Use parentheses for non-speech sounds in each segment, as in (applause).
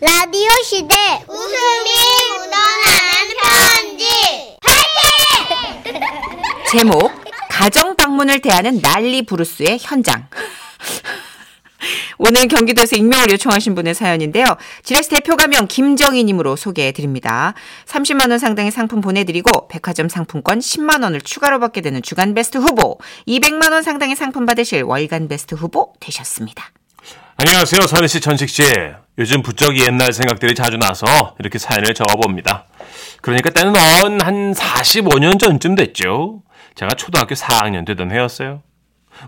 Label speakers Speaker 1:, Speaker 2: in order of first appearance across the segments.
Speaker 1: 라디오 시대 웃음이 묻어나는 편지
Speaker 2: 제목 가정 방문을 대하는 난리 부르스의 현장. 오늘 경기도에서 익명을 요청하신 분의 사연인데요. 지라시 대표 가명 김정희님으로 소개해 드립니다. 30만 원 상당의 상품 보내드리고 백화점 상품권 10만 원을 추가로 받게 되는 주간 베스트 후보, 200만 원 상당의 상품 받으실 월간 베스트 후보 되셨습니다.
Speaker 3: 안녕하세요, 선희 씨, 전식 씨. 요즘 부쩍이 옛날 생각들이 자주 나서 이렇게 사연을 적어봅니다. 그러니까 때는 언 한 45년 전쯤 됐죠. 제가 초등학교 4학년 되던 해였어요.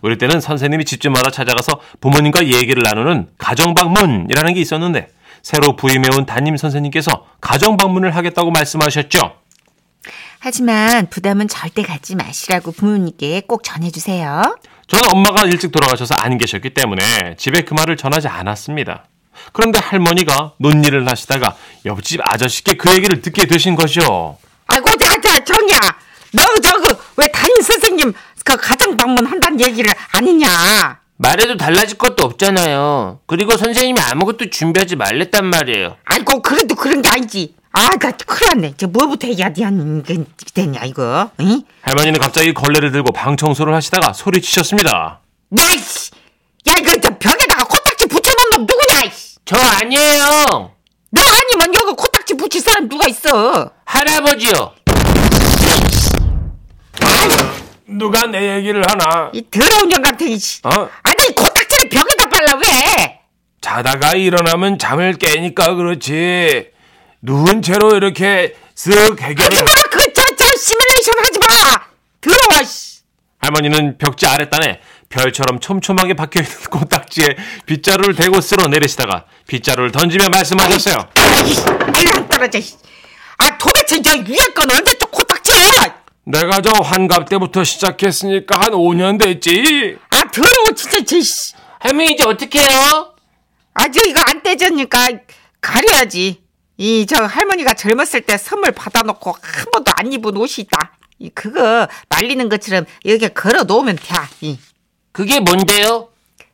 Speaker 3: 우리 때는 선생님이 집집마다 찾아가서 부모님과 얘기를 나누는 가정방문이라는 게 있었는데 새로 부임해온 담임 선생님께서 가정방문을 하겠다고 말씀하셨죠.
Speaker 2: 하지만 부담은 절대 갖지 마시라고 부모님께 꼭 전해주세요.
Speaker 3: 저는 엄마가 일찍 돌아가셔서 안 계셨기 때문에 집에 그 말을 전하지 않았습니다. 그런데 할머니가 논의를 하시다가 옆집 아저씨께 그 얘기를 듣게 되신 것이요.
Speaker 2: 아이고, 자, 자, 정이야. 너, 저거, 그, 왜 담임 선생님, 그 가정 방문한다는 얘기를 아니냐.
Speaker 4: 말해도 달라질 것도 없잖아요. 그리고 선생님이 아무것도 준비하지 말랬단 말이에요.
Speaker 2: 아이고, 그래도 그런 게 아니지. 아, 나 큰일 났네. 저 뭐부터 해야 되는 게 되냐, 이거. 응?
Speaker 3: 할머니는 갑자기 걸레를 들고 방 청소를 하시다가 소리치셨습니다.
Speaker 2: 야, 씨. 야, 이거 저 벽에다가 코딱지 붙여놓은 놈 누구냐, 씨.
Speaker 4: 저 아니에요.
Speaker 2: 너 아니면 여기 코딱지 붙일 사람 누가 있어.
Speaker 4: 할아버지요.
Speaker 3: 누가 내 얘기를 하나?
Speaker 2: 이 더러운 년 같은, 이 씨.
Speaker 3: 어?
Speaker 2: 아니, 이 코딱지를 벽에다 발라, 왜?
Speaker 3: 자다가 일어나면 잠을 깨니까 그렇지. 누운 채로 이렇게 쓱
Speaker 2: 하지
Speaker 3: 해결을.
Speaker 2: 마! 그, 저, 저, 시뮬레이션 하지 마! 더러워, 씨.
Speaker 3: 할머니는 벽지 아랫단에 별처럼 촘촘하게 박혀있는 코딱지에 빗자루를 대고 쓸어 내리시다가 빗자루를 던지며 말씀하셨어요.
Speaker 2: 아이씨, 아이고, 안 떨어져. 씨. 아, 도대체 저 위에 건 언제 또 코딱지야? 아,
Speaker 3: 내가 저 환갑 때부터 시작했으니까 한 5년 됐지.
Speaker 2: 아, 더러워, 진짜, 저, 씨.
Speaker 4: 할머니 이제 어떻게 해요?
Speaker 2: 아, 저 이거 안 떼졌으니까 가려야지. 이 저 할머니가 젊었을 때 선물 받아놓고 한 번도 안 입은 옷이 있다. 이 그거 말리는 것처럼 여기 걸어 놓으면 돼. 이
Speaker 4: 그게 뭔데요?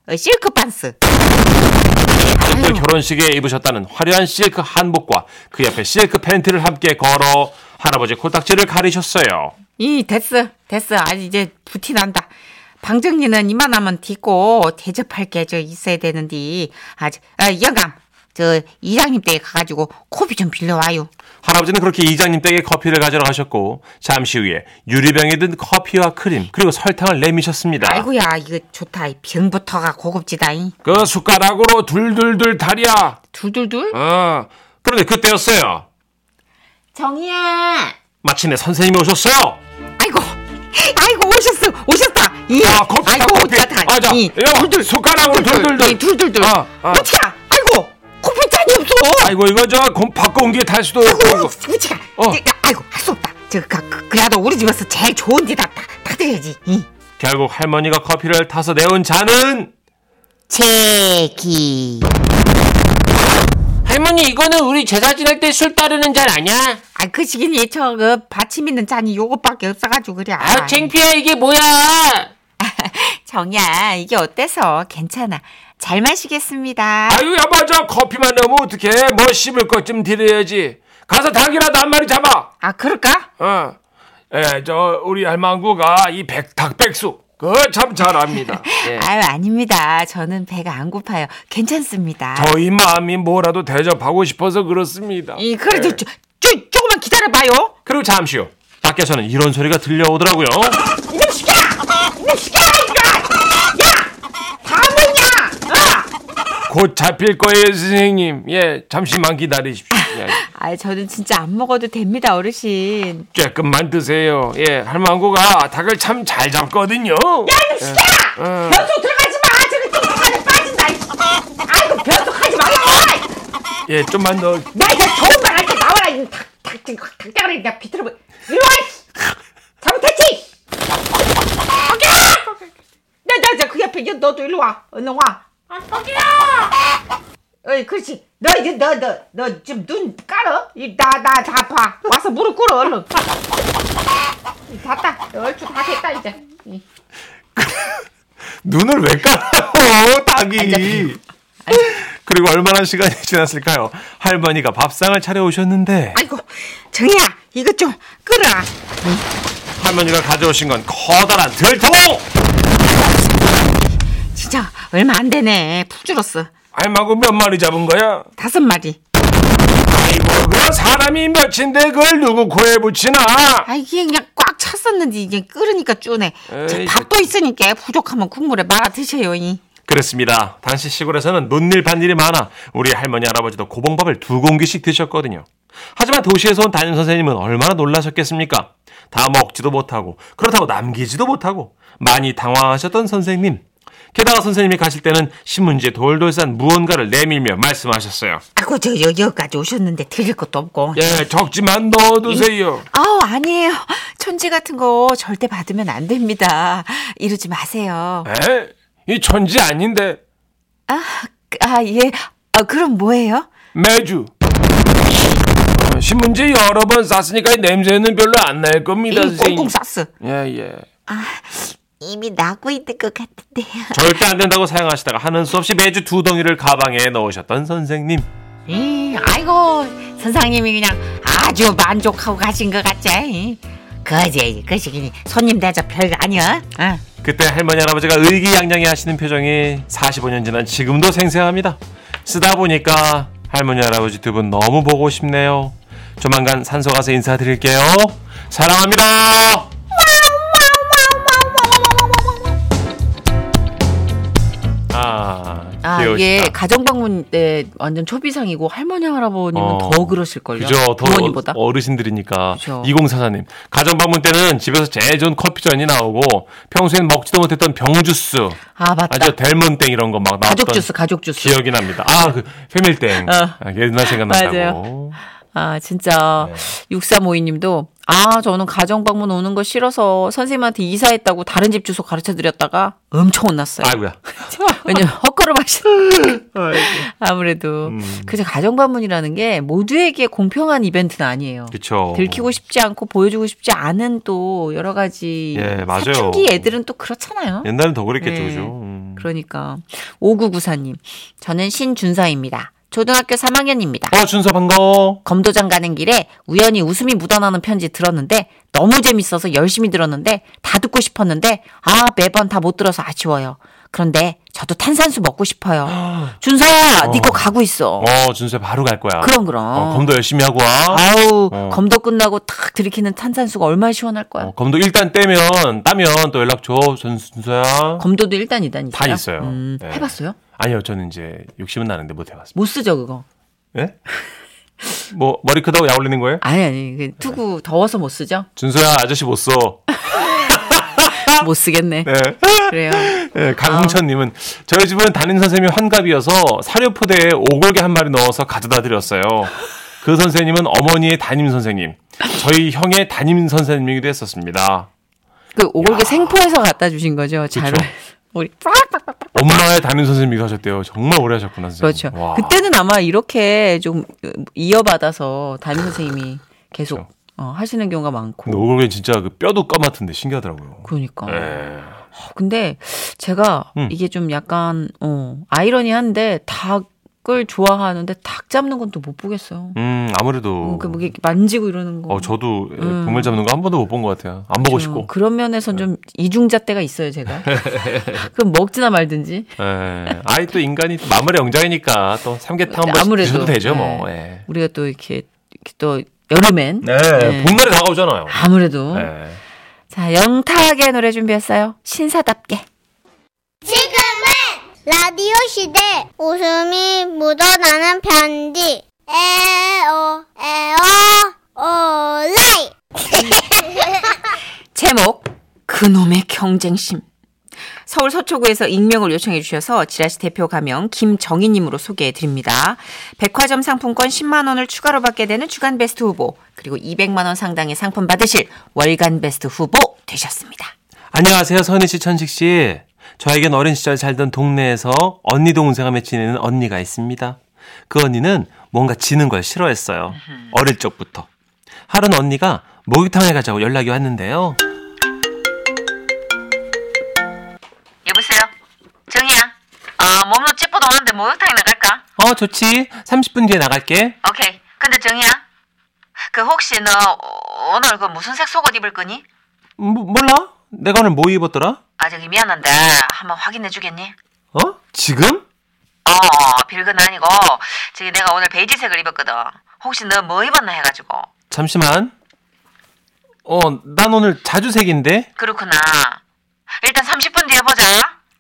Speaker 2: 어, 실크 반스.
Speaker 3: 그때 결혼식에 입으셨다는 화려한 실크 한복과 그 옆에 실크 팬티를 함께 걸어 할아버지 코딱지를 가리셨어요.
Speaker 2: 이 됐어, 됐어. 아 이제 부티 난다. 방정리는 이만하면 뒤고 대접할 게 저 있어야 되는데 아직 아, 영감 저 이장님 댁에 가가지고 코피 좀 빌려와요.
Speaker 3: 할아버지는 그렇게 이장님 댁에 커피를 가지러 가셨고 잠시 후에 유리병에 든 커피와 크림 그리고 설탕을 내미셨습니다.
Speaker 2: 아이고야 이거 좋다. 이 병부터가 고급지다. 이
Speaker 3: 그 숟가락으로 둘둘둘 다리야.
Speaker 2: 둘둘둘.
Speaker 3: 어. 그런데 그때였어요.
Speaker 2: 정이야.
Speaker 3: 마침내 선생님이 오셨어요.
Speaker 2: 아이고, 아이고 오셨어, 오셨다. 이,
Speaker 3: 아, 커피,
Speaker 2: 아이고,
Speaker 3: 커피.
Speaker 2: 오셨다.
Speaker 3: 아, 자,
Speaker 2: 이,
Speaker 3: 이거 숟가락으로
Speaker 2: 둘둘둘,
Speaker 3: 둘둘둘.
Speaker 2: 둘둘둘.
Speaker 3: 아, 아.
Speaker 2: 우치야, 아이고, 커피 잔이 없어.
Speaker 3: 아이고 이거 저 곰, 바꿔 온 게 탈 수도
Speaker 2: 아이고,
Speaker 3: 없고
Speaker 2: 우치야,
Speaker 3: 어.
Speaker 2: 이, 아이고 할 수 없다. 저 그, 그, 그래도 우리 집에서 제일 좋은 데다 다, 다 드려야지. 이.
Speaker 3: 결국 할머니가 커피를 타서 내온 잔은
Speaker 2: 제기.
Speaker 4: 할머니 이거는 우리 제사 지낼 때 술 따르는 잔 아니야?
Speaker 2: 아, 그 시기니 저그 받침 있는 잔이 요것밖에 없어가지고 그래.
Speaker 4: 아 창피해 이게 뭐야?
Speaker 2: 정야, 이게 어때서? 괜찮아. 잘 마시겠습니다.
Speaker 3: 아유 여보 저 커피만 넣으면 어떡해 뭐 씹을 것 좀 드려야지 가서 닭이라도 한 마리 잡아
Speaker 2: 아, 그럴까?
Speaker 3: 어. 어예저 우리 할망구가 이 백, 닭백숙 그거 참
Speaker 2: (laughs)
Speaker 3: 잘합니다 예.
Speaker 2: 아유, 아닙니다. 저는 배가 안 고파요. 괜찮습니다.
Speaker 3: 저희 마음이 뭐라도 대접하고 싶어서 그렇습니다
Speaker 2: 이 그래도
Speaker 3: 예.
Speaker 2: 조, 조, 조금만 기다려봐요.
Speaker 3: 그리고 잠시 후 밖에서는 이런 소리가 들려오더라고요
Speaker 2: 이놈 시켜! 이놈 시켜! 이거! 야! 다 먹냐! 어!
Speaker 3: 곧 잡힐 거예요 선생님 예 잠시만 기다리십시오 예.
Speaker 2: 아, 저는 진짜 안 먹어도 됩니다, 어르신.
Speaker 3: 조금만 드세요 예 할망구가 닭을 참 잘 잡거든요
Speaker 2: 이놈
Speaker 3: 예.
Speaker 2: 시켜! 변속 들어가지 마! 저기 좀 살이 빠진다! 이. 아이고, 변속하지 말라고!
Speaker 3: 예 좀만 더
Speaker 2: 나 이거 좋은 말 할 때 나와라! 이 닭, 닭, 지금 확 닭장을 내가 비틀어 버 이리 와! 이. 잘못했지? 거기야! 나, 나, 나, 그 옆에, 너도 일로 와. 얼른 와. 어이, 그렇지. 너 이제 너 너 너 지금 눈 깔어? 이나나 잡아. 와서 무릎 꿇어 얼른. 다 얼추 다 됐다 이제. 이.
Speaker 3: 눈을 왜 깔아요, 닭이. 그리고 얼마나 시간이 지났을까요? 할머니가 밥상을 차려오셨는데
Speaker 5: 아이고, 정희야, 이것 좀 끌어라.
Speaker 3: 할머니가 가져오신 건 커다란 들통!
Speaker 5: 진짜 얼마 안 되네. 푹 줄었어.
Speaker 3: 알마고 몇 마리 잡은 거야?
Speaker 5: 다섯 마리.
Speaker 3: 아이고 그 사람이 몇인데 그걸 누구 코에 붙이나?
Speaker 5: 아 이게 그냥 꽉 찼었는데 이게 끓으니까 쪼네. 자,
Speaker 3: 에이, 그
Speaker 5: 밥도 있으니까 부족하면 국물에 말아 드세요. 이.
Speaker 3: 그렇습니다. 당시 시골에서는 논일 반일이 많아 우리 할머니 할아버지도 고봉밥을 두 공기씩 드셨거든요. 하지만 도시에서 온 담임 선생님은 얼마나 놀라셨겠습니까? 다 먹지도 못하고 그렇다고 남기지도 못하고 많이 당황하셨던 선생님. 게다가 선생님이 가실 때는 신문지에 돌돌 싼 무언가를 내밀며 말씀하셨어요.
Speaker 5: 아이고 저 여- 여기까지 오셨는데 드릴 것도 없고.
Speaker 3: 예, 적지만 넣어두세요.
Speaker 5: 아우 아니에요. 천지 같은 거 절대 받으면 안 됩니다. 이러지 마세요.
Speaker 3: 에? 이 천지 아닌데
Speaker 5: 아, 아 예. 아, 그럼 뭐예요?
Speaker 3: 매주 어, 신문지 여러 번 쌌으니까 이 냄새는 별로 안 날 겁니다,
Speaker 5: 이
Speaker 3: 선생님.
Speaker 5: 꽁꽁 쌌어.
Speaker 3: 예, 예.
Speaker 1: 이미 나고 있는 것 같은데요.
Speaker 3: 절대 안 된다고 사용하시다가 하는 수 없이 매주 두 덩이를 가방에 넣으셨던 선생님.
Speaker 5: 이, 아이고 선생님이 그냥 아주 만족하고 가신 것 같지. 그지 그지 손님 대접 별거 아니야. 어.
Speaker 3: 그때 할머니 할아버지가 의기양양해 하시는 표정이 45년 지난 지금도 생생합니다. 쓰다 보니까 할머니 할아버지 두 분 너무 보고 싶네요. 조만간 산소 가서 인사드릴게요. 사랑합니다. 아,
Speaker 2: 아,
Speaker 3: 귀여우시다.
Speaker 2: 이게 가정 방문 때 완전 초비상이고 할머니 할아버님은
Speaker 3: 어,
Speaker 2: 더 그러실 걸요.
Speaker 3: 그죠. 더
Speaker 2: 부모님보다.
Speaker 3: 어- 어르신들이니까.
Speaker 2: 그죠.
Speaker 3: 2044님. 가정 방문 때는 집에서 제일 좋은 커피전이 나오고 평소엔 먹지도 못했던 병주스.
Speaker 2: 아, 맞다.
Speaker 3: 아주 델몬땡 이런 거 막 나왔던
Speaker 2: 가족 주스, 가족 주스.
Speaker 3: 기억이 납니다. 아, 그 페밀땡.
Speaker 2: 어.
Speaker 3: 아, 옛날 생각난다고.
Speaker 2: 아, 진짜.
Speaker 3: 네.
Speaker 2: 6352 님도 아, 저는 가정 방문 오는 거 싫어서 선생님한테 이사했다고 다른 집 주소 가르쳐 드렸다가 엄청 혼났어요.
Speaker 3: 네. 아이고야. (laughs)
Speaker 2: 왜냐면 헛걸음하시는 아무래도
Speaker 3: 음.
Speaker 2: 그래서 가정 방문이라는 게 모두에게 공평한 이벤트는 아니에요.
Speaker 3: 그쵸.
Speaker 2: 들키고 싶지 않고 보여주고 싶지 않은 또 여러 가지
Speaker 3: 예, 맞아요. 예.
Speaker 2: 사춘기 애들은 또 그렇잖아요.
Speaker 3: 옛날엔 더 그랬겠죠,
Speaker 2: 네.
Speaker 3: 그죠? 음.
Speaker 2: 그러니까 5994님 저는 신준서입니다. 초등학교 3학년입니다.
Speaker 3: 어, 준서 반가워.
Speaker 2: 검도장 가는 길에 우연히 웃음이 묻어나는 편지 들었는데 너무 재밌어서 열심히 들었는데 다 듣고 싶었는데 아 매번 다 못 들어서 아쉬워요. 그런데 저도 탄산수 먹고 싶어요. 준서야, 니 거 가고 있어.
Speaker 3: 어, 준서 바로 갈 거야.
Speaker 2: 그럼 그럼.
Speaker 3: 어, 검도 열심히 하고 와.
Speaker 2: 아우
Speaker 3: 어.
Speaker 2: 검도 끝나고 탁 들이키는 탄산수가 얼마나 시원할 거야.
Speaker 3: 어, 검도 일단 떼면, 따면 또 연락 줘. 준- 준서야.
Speaker 2: 검도도 일단 이단
Speaker 3: 다
Speaker 2: 있어요.
Speaker 3: 있어요.
Speaker 2: 음,
Speaker 3: 네.
Speaker 2: 해봤어요?
Speaker 3: 아니요, 저는 이제 욕심은 나는데 못 해봤어요.
Speaker 2: 못 쓰죠 그거.
Speaker 3: 예? 뭐 머리 크다고 약 올리는 거예요?
Speaker 2: 아니 아니 그 투구 더워서 못 쓰죠?
Speaker 3: 준서야 아저씨 못 써.
Speaker 2: 못 쓰겠네.
Speaker 3: 네.
Speaker 2: 그래요.
Speaker 3: 네, 강홍천님은 저희 집은 담임 선생님이 환갑이어서 사료포대에 오골개 한 마리 넣어서 가져다 드렸어요. 그 선생님은 어머니의 담임 선생님, 저희 형의 담임 선생님이기도 했었습니다.
Speaker 2: 그 오골계 생포에서 갖다 주신 거죠. 잘
Speaker 3: 그쵸.
Speaker 2: (laughs) 우리 빡빡빡
Speaker 3: 엄마의 담임 선생님이기도 하셨대요. 정말 오래 하셨구나
Speaker 2: 그렇죠.
Speaker 3: 선생님. 와.
Speaker 2: 그때는 아마 이렇게 좀 이어받아서 담임 선생님이 계속
Speaker 3: 그렇죠.
Speaker 2: 어, 하시는 경우가 많고.
Speaker 3: 근데 오골개 진짜 그 뼈도 까맣던데 신기하더라고요.
Speaker 2: 그러니까.
Speaker 3: 예.
Speaker 2: 어, 근데 제가
Speaker 3: 음.
Speaker 2: 이게 좀 약간 어, 아이러니한데 닭을 좋아하는데 닭 잡는 건 또 못 보겠어요.
Speaker 3: 음 아무래도
Speaker 2: 어, 그뭐 이렇게 만지고 이러는 거.
Speaker 3: 어 저도 예,
Speaker 2: 음. 그렇죠.
Speaker 3: 보물 잡는 거 한 번도 못 본 것 같아요. 안 보고 네. 싶고.
Speaker 2: 그런 면에선 좀 이중잣대가 있어요,
Speaker 3: (laughs)
Speaker 2: 제가. 그럼 먹지나 말든지.
Speaker 3: 예. 아이 또 인간이 또 마무리 영장이니까 또 삼계탕 한번
Speaker 2: 아무래도,
Speaker 3: 드셔도 되죠
Speaker 2: 예.
Speaker 3: 뭐. 예.
Speaker 2: 우리가 또 이렇게, 이렇게 또 여름엔
Speaker 3: 네. 봄날이 다가오잖아요.
Speaker 2: 아무래도
Speaker 3: 예.
Speaker 2: 자 영탁의 노래 준비했어요. 신사답게.
Speaker 1: 지금은 라디오 시대 웃음이 묻어나는 편지. 에어, 에어, 올라이!
Speaker 5: 제목 그놈의 경쟁심 서울 서초구에서 익명을 요청해 주셔서 지라시 대표 가명 김정희님으로 소개해 드립니다. 백화점 상품권 10만 원을 추가로 받게 되는 주간 베스트 후보 그리고 200만 원 상당의 상품 받으실 월간 베스트 후보 되셨습니다.
Speaker 3: 안녕하세요 선희 씨, 천식 씨. 저에겐 어린 시절 살던 동네에서 언니 동생하며 지내는 언니가 있습니다. 그 언니는 뭔가 지는 걸 싫어했어요. 어릴 적부터. 하루는 언니가 목욕탕에 가자고 연락이 왔는데요.
Speaker 5: 여보세요. 정희야. 아 몸도 찌뿌둥한데 목욕탕이나 갈까?
Speaker 3: 어, 좋지. 30분 뒤에 나갈게.
Speaker 5: 오케이. 근데 정이야, 그 혹시 너 오늘 그 무슨 색 속옷 입을 거니?
Speaker 3: 음, 뭐, 몰라? 내가 오늘 뭐 입었더라?
Speaker 5: 아 저기 미안한데 한번 확인해 주겠니?
Speaker 3: 어? 지금?
Speaker 5: 어, 어, 빌건 아니고 저기 내가 오늘 베이지색을 입었거든. 혹시 너 뭐 입었나 해가지고.
Speaker 3: 잠시만. 어, 난 오늘 자주색인데.
Speaker 5: 그렇구나. 일단 30분 뒤에 보자.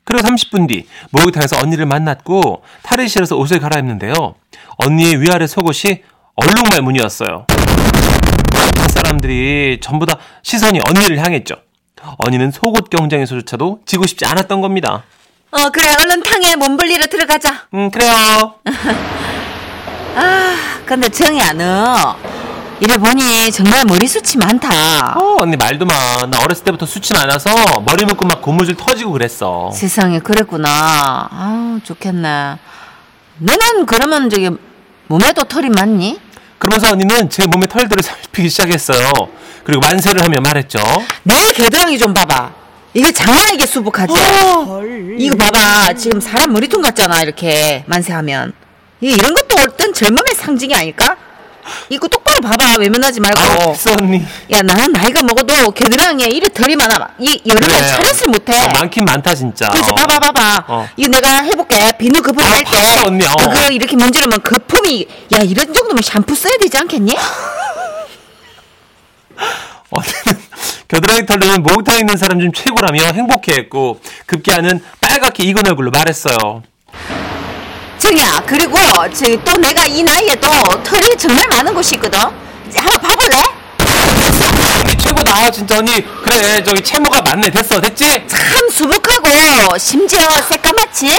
Speaker 3: 그리고 30분 뒤 목욕탕에서 언니를 만났고 탈의실에서 옷을 갈아입는데요. 언니의 위아래 속옷이 얼룩말 무늬였어요. 사람들이 전부 다 시선이 언니를 향했죠. 언니는 속옷 경쟁에서조차도 지고 싶지 않았던 겁니다.
Speaker 2: 어, 그래. 얼른 탕에 몸불리러 들어가자.
Speaker 3: 음, 그래요.
Speaker 5: 근데 정이야 너 이래 보니 정말 머리숱이 많다.
Speaker 3: 어, 언니 말도 마. 나 어렸을 때부터 수치 많아서 머리 묶고 막 고무줄 터지고 그랬어.
Speaker 5: 세상에 그랬구나. 아 좋겠네. 너는 그러면 저기 몸에도 털이 많니?
Speaker 3: 그러면서 언니는 제 몸의 털들을 살피기 시작했어요. 그리고 만세를 하며 말했죠.
Speaker 5: 내 겨드랑이 좀 봐봐. 이게 장난 이게 수북하지?
Speaker 3: 어.
Speaker 5: 이거 봐봐. 지금 사람 머리통 같잖아, 이렇게. 만세하면. 이 이런 것도 어떤 젊음의 상징이 아닐까? 이거 똑바로 봐봐. 외면하지 말고.
Speaker 3: 아, 없어, 언니.
Speaker 5: 야, 나는 나이가 먹어도 겨드랑이에 이래 덜이 많아. 이, 여름에
Speaker 3: 그래.
Speaker 5: 차렸을 못해.
Speaker 3: 어, 많긴 많다, 진짜.
Speaker 5: 그렇지,
Speaker 3: 어.
Speaker 5: 봐봐, 봐봐.
Speaker 3: 어.
Speaker 5: 이거 내가 해볼게. 비누 거품 할 때.
Speaker 3: 봤어, 언니, 어.
Speaker 5: 그거 이렇게 문지르면 거품이, 야, 이런 정도면 샴푸 써야 되지 않겠니?
Speaker 3: 언니는 (laughs) 겨드랑이 털로는 목욕탕에 있는 사람 중 최고라며 행복해했고 급기야는 빨갛게 익은 얼굴로 말했어요.
Speaker 5: 정이야 그리고 저기 또 내가 이 나이에도 털이 정말 많은 곳이 있거든 한번 봐볼래?
Speaker 3: 언니 최고다, 진짜 언니. 그래, 저기 채무가 맞네. 됐어, 됐지?
Speaker 5: 참 수북하고 심지어 새까맣지?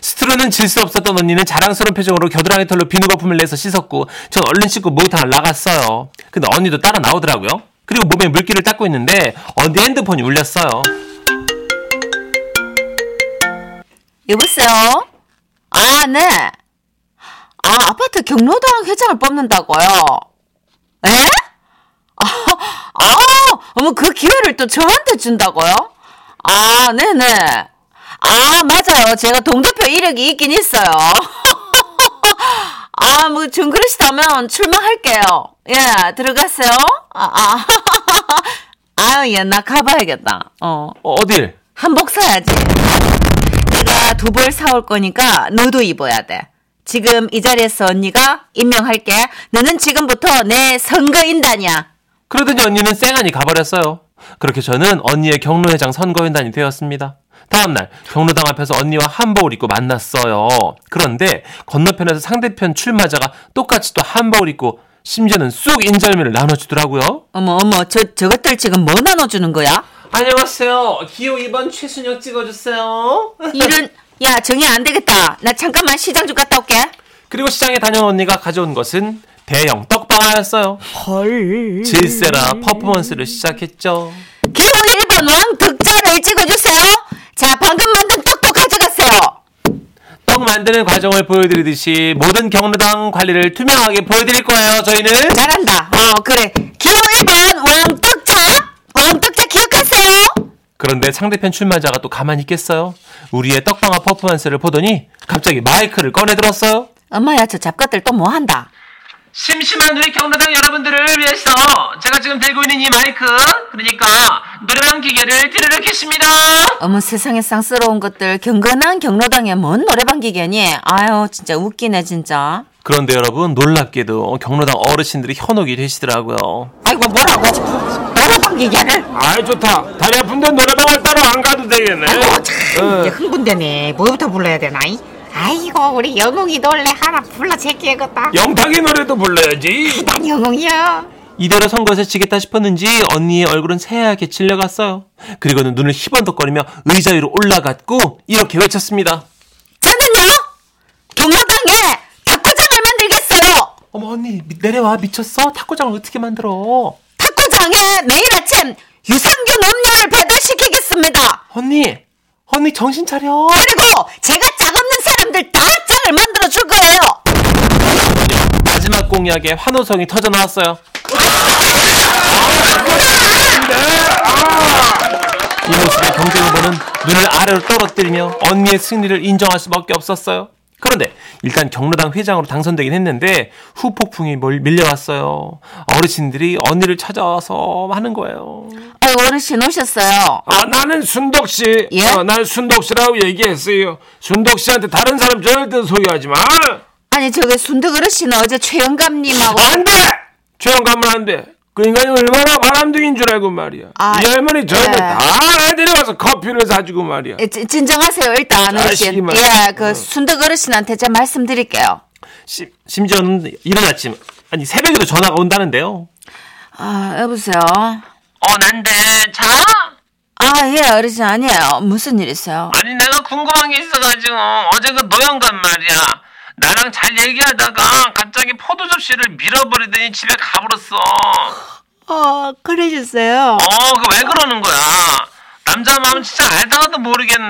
Speaker 3: 스트로는 질 수 없었던 언니는 자랑스러운 표정으로 겨드랑이 털로 비누 거품을 내서 씻었고 전 얼른 씻고 목욕탕을 나갔어요. 근데 언니도 따라 나오더라고요. 그리고 몸에 물기를 닦고 있는데 언니 핸드폰이 울렸어요.
Speaker 5: 여보세요? 아, 네. 아, 아파트 경로당 회장을 뽑는다고요? 에? 아, 아, 어머, 그 기회를 또 저한테 준다고요? 아, 네네. 아, 맞아요. 제가 동대표 이력이 있긴 있어요. (laughs) 아, 뭐, 좀 그러시다면 출마할게요. 예, 들어가세요. 아, (laughs) 아, 아, 예, 나 가봐야겠다. 어.
Speaker 3: 어, 어딜?
Speaker 5: 한복 사야지. 내가 두 벌 사올 거니까 너도 입어야 돼. 지금 이 자리에서 언니가 임명할게. 너는 지금부터 내 선거인단이야.
Speaker 3: 그러더니 언니는 쌩하니 가버렸어요. 그렇게 저는 언니의 경로회장 선거인단이 되었습니다. 다음날 경로당 앞에서 언니와 한복을 입고 만났어요. 그런데 건너편에서 상대편 출마자가 똑같이 또 한복을 입고 심지어는 쑥 인절미를 나눠주더라고요.
Speaker 5: 어머 어머 저 저것들 지금 뭐 나눠주는 거야?
Speaker 4: 안녕하세요. 기호 2번 최순혁 찍어주세요.
Speaker 5: 이런 야 정이 안 되겠다. 나 잠깐만 시장 좀 갔다 올게.
Speaker 3: 그리고 시장에 다녀온 언니가 가져온 것은 대형 떡방아였어요. 질세라 퍼포먼스를 시작했죠.
Speaker 5: 기호 1번 왕 득자를 찍어주세요. 자 방금 만든 떡도 가져가세요.
Speaker 3: 떡 만드는 과정을 보여드리듯이 모든 경로당 관리를 투명하게 보여드릴 거예요. 저희는
Speaker 5: 잘한다. 어 그래. 기호 1번 왕 득자. 왕 득자 기억하세요.
Speaker 3: 그런데 상대편 출마자가 또 가만히 있겠어요? 우리의 떡방아 퍼포먼스를 보더니 갑자기 마이크를 꺼내들었어요.
Speaker 5: 엄마야 저 잡것들 또 뭐 한다.
Speaker 4: 심심한 우리 경로당 여러분들을 위해서 제가 지금 들고 있는 이 마이크, 그러니까 노래방 기계를 드리도록 했습니다.
Speaker 5: 어머 세상에 쌍스러운 것들 경건한 경로당에 뭔 노래방 기계니? 아유 진짜 웃기네 진짜.
Speaker 3: 그런데 여러분 놀랍게도 경로당 어르신들이 현혹이 되시더라고요.
Speaker 5: 아이고 뭐라고 하지? 노래방 기계를?
Speaker 3: 아이 좋다. 다리 아픈데 노래방을 따로 안 가도 되겠네.
Speaker 1: 이제 흥분되네. 뭐부터 불러야 되나이? 아이고 우리 영웅이 놀래 하나 불러 제끼겠다.
Speaker 3: 영탁의 노래도 불러야지.
Speaker 1: 난 영웅이야.
Speaker 3: 이대로 선거에서 지겠다 싶었는지 언니의 얼굴은 새하얗게 질려갔어요. 그리고는 눈을 희번덕거리며 의자 위로 올라갔고 이렇게 외쳤습니다.
Speaker 5: 저는요 경로당에 탁구장을 만들겠어요.
Speaker 3: 어머 언니 미- 내려와 미쳤어? 탁구장을 어떻게 만들어?
Speaker 5: 탁구장에 매일 아침 유산균 음료를 배달시키겠습니다.
Speaker 3: 언니, 언니 정신 차려.
Speaker 5: 그리고 제가 짝 없는 사람들 다 짝을 만들어 줄 거예요.
Speaker 3: 마지막 공약에 환호성이 터져 나왔어요. 아, 이 모습에 경제 후보는 눈을 아래로 떨어뜨리며 언니의 승리를 인정할 수밖에 없었어요. 그런데 일단 경로당 회장으로 당선되긴 했는데 후폭풍이 몰- 밀려왔어요. 어르신들이 언니를 찾아와서 하는 거예요.
Speaker 5: 아유, 어르신 오셨어요.
Speaker 3: 아 나는 순덕 씨.
Speaker 5: 예?
Speaker 3: 어, 난 순덕 씨라고 얘기했어요. 순덕 씨한테 다른 사람 절대 소유하지 마.
Speaker 5: 아니, 저기 순덕 어르신은 어제 최영감님하고.
Speaker 3: 안 돼. 최영감은 안 돼. 그 인간이 얼마나 바람둥인 줄 알고 말이야.
Speaker 5: 아,
Speaker 3: 이 할머니 저한테
Speaker 5: 예.
Speaker 3: 다 데려와서 아, 커피를 사주고 말이야.
Speaker 5: 예, 진- 진정하세요, 일단, 어르신.
Speaker 3: 씨발.
Speaker 5: 예, 그 순덕 어르신한테 제가 말씀드릴게요.
Speaker 3: 심, 심지어는 이른 아침 아니 새벽에도 전화가 온다는데요.
Speaker 5: 아, 여보세요?
Speaker 4: 어, 난데, 자?
Speaker 5: 아, 예, 어르신 아니에요. 무슨 일 있어요?
Speaker 4: 아니, 내가 궁금한 게 있어가지고, 어제 그 노영관 말이야. 나랑 잘 얘기하다가 갑자기 포도 접시를 밀어버리더니 집에 가버렸어.
Speaker 5: 어, 그러셨어요?
Speaker 4: 어, 그 왜 그러는 거야? 남자 마음 진짜 알다가도 모르겠네.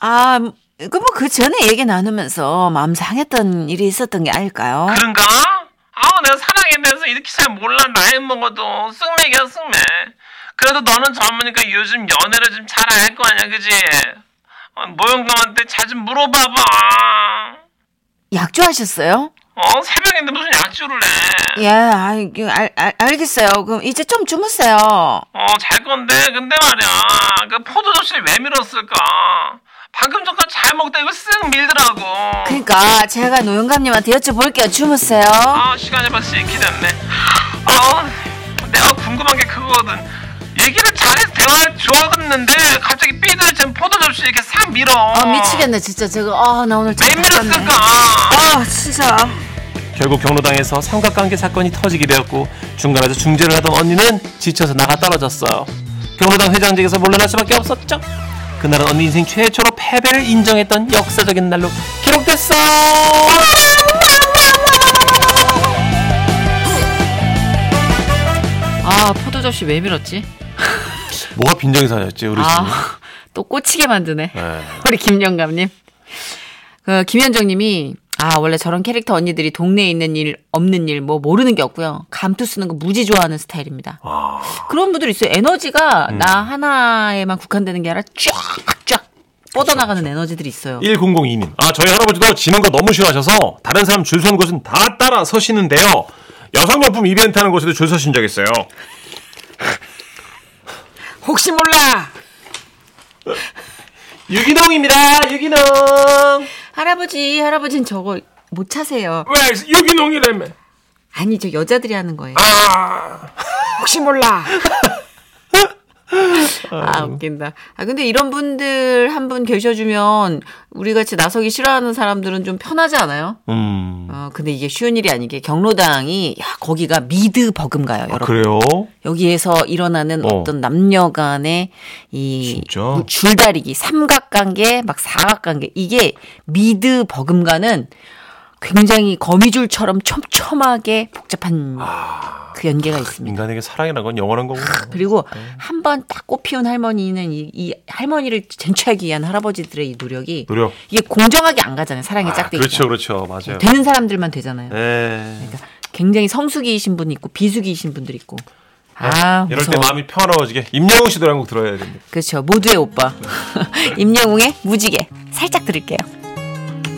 Speaker 5: 아, 그 뭐 그 전에 얘기 나누면서 마음 상했던 일이 있었던 게 아닐까요?
Speaker 4: 그런가? 아우, 내가 사랑에 대해서 이렇게 잘 몰라. 나이 먹어도 쑥맥이야, 쑥맥. 그래도 너는 젊으니까 요즘 연애를 좀 잘 알 거 아니야, 그지? 어, 모영감한테 자주 물어봐봐.
Speaker 5: 약조하셨어요?
Speaker 4: 어 새벽인데 무슨 약주를 해?
Speaker 5: 예, 아, 이거 알, 알, 알겠어요. 그럼 이제 좀 주무세요.
Speaker 4: 어 잘 건데 근데 말이야 그 포도 접시를 왜 밀었을까? 방금 전까지 잘 먹다 이거 쓱 밀더라고.
Speaker 5: 그러니까 제가 노영감님한테 여쭤볼게요. 주무세요.
Speaker 4: 아 시간이 벌써 이렇게 됐네. 아 내가 궁금한 게 그거거든. 얘기를 잘해서 대화를 좋아했는데 갑자기 삐들처럼 포도 접시 이렇게 싹 밀어.
Speaker 5: 아, 미치겠네, 진짜. 저거, 아, 나 오늘
Speaker 4: 왜
Speaker 5: 참
Speaker 4: 밀었을까?
Speaker 5: 아, 진짜.
Speaker 3: 결국 경로당에서 삼각관계 사건이 터지게 되었고 중간에서 중재를 하던 언니는 지쳐서 나가 떨어졌어요. 경로당 회장직에서 물러날 수밖에 없었죠. 그날은 언니 인생 최초로 패배를 인정했던 역사적인 날로 기록됐어.
Speaker 2: 아, 포도 접시 왜 밀었지?
Speaker 3: 뭐가 빈정이사였지 우리
Speaker 2: 아, 또 꽂히게 만드네.
Speaker 3: 네.
Speaker 2: 우리 김영감님. 그, 김현정님이, 아, 원래 저런 캐릭터 언니들이 동네에 있는 일, 없는 일, 뭐, 모르는 게 없고요. 감투 쓰는 거 무지 좋아하는 스타일입니다. 그런 분들 있어요. 에너지가 나 하나에만 국한되는 게 아니라 쫙쫙 뻗어나가는 에너지들이 있어요.
Speaker 3: 1002님. 아, 저희 할아버지도 지는 거 너무 싫어하셔서 다른 사람 줄 서는 곳은 다 따라 서시는데요. 여성용품 이벤트 하는 곳에도 줄 서신 적 있어요.
Speaker 1: 혹시 몰라
Speaker 3: 유기농입니다. 유기농.
Speaker 2: 할아버지, 할아버진 저거 못 차세요.
Speaker 3: 왜 유기농이라며? 아.
Speaker 2: 아니, 저 여자들이 하는 거예요.
Speaker 1: 혹시
Speaker 3: (laughs)
Speaker 1: 몰라
Speaker 2: 아, 웃긴다. 아, 근데 이런 분들 한 분 계셔주면 우리 같이 나서기 싫어하는 사람들은 좀 편하지 않아요?
Speaker 3: 음.
Speaker 2: 어, 근데 이게 쉬운 일이 아닌 게 경로당이, 야, 거기가 미드 버금가요, 여러분.
Speaker 3: 아, 그래요?
Speaker 2: 여기에서 일어나는
Speaker 3: 어.
Speaker 2: 어. 떤 남녀 간의 이
Speaker 3: 진짜?
Speaker 2: 줄다리기, 삼각관계, 막 사각관계, 이게 미드 버금가는 굉장히 거미줄처럼 촘촘하게 복잡한
Speaker 3: 아,
Speaker 2: 그 연계가 있습니다.
Speaker 3: 인간에게 사랑이란 건 영원한 거고.
Speaker 2: 그리고
Speaker 3: 네.
Speaker 2: 한 번 딱 꽃피운 할머니는 이, 이 할머니를 쟁취하기 위한 할아버지들의 이 노력이
Speaker 3: 노력.
Speaker 2: 이게 공정하게 안 가잖아요. 사랑의
Speaker 3: 아,
Speaker 2: 짝대기.
Speaker 3: 그렇죠, 그렇죠. 맞아요.
Speaker 2: 되는 사람들만 되잖아요.
Speaker 3: 예.
Speaker 2: 그러니까 굉장히 성수기이신 분이 있고 비수기이신 분들이 있고. 아,
Speaker 3: 네. 이럴 때
Speaker 2: 무서워.
Speaker 3: 마음이 평화로워지게 임영웅 씨 노래 한곡 들어야 됩니다.
Speaker 2: (laughs) 그렇죠. 모두의 오빠. 임영웅의 무지개. 살짝 들을게요.